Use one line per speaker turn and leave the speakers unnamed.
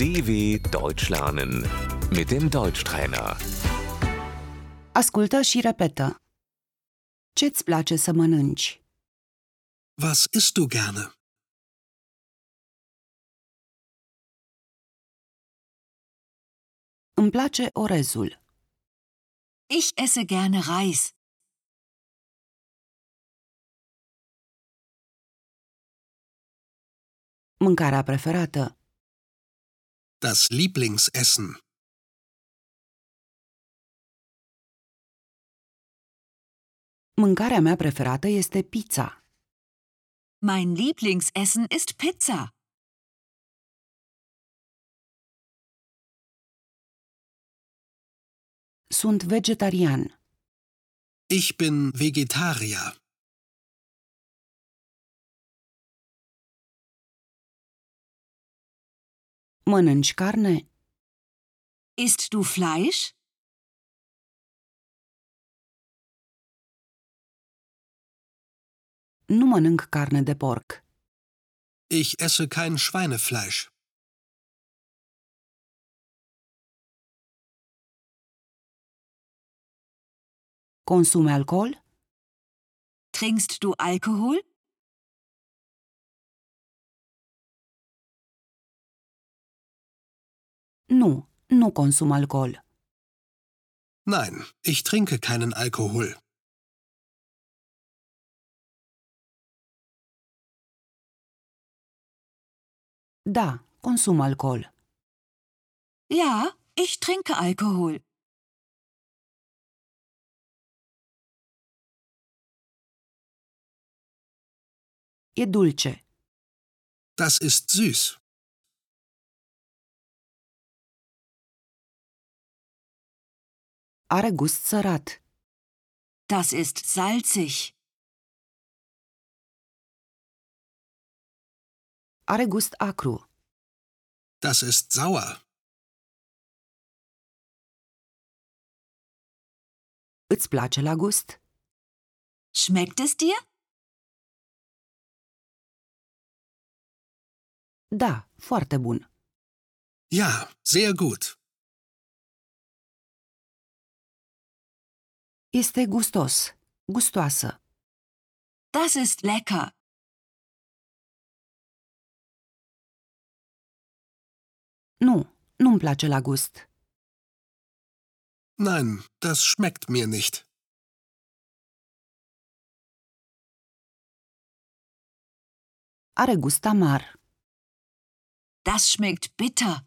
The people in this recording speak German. DW Deutsch lernen mit dem Deutschtrainer.
Ascultă și repetă. Ce-ți place să mănânci?
Was isst du gerne?
Îmi place orezul.
Ich esse gerne Reis.
Mâncarea preferată.
Das Lieblingsessen.
Mâncarea mea preferată este pizza.
Mein Lieblingsessen ist Pizza.
Sunt vegetarian.
Ich bin Vegetarier.
Mănânci carne?
Isst du Fleisch?
Nu mănânc carne de porc.
Ich esse kein Schweinefleisch.
Consumi alcool?
Trinkst du Alkohol?
Nu, nu consum alcool.
Nein, ich trinke keinen Alkohol.
Da, consum alcool.
Ja, ich trinke Alkohol.
E dulce.
Das ist süß.
Are gust sărat.
Das ist salzig.
Are gust acru.
Das ist sauer.
Îți place la gust?
Schmeckt es dir?
Da, foarte bun.
Ja, sehr gut.
Este gustos, gustoasă.
Das ist lecker.
Nu, nu-mi place la gust.
Nein, das schmeckt mir nicht.
Are gust amar.
Das schmeckt bitter.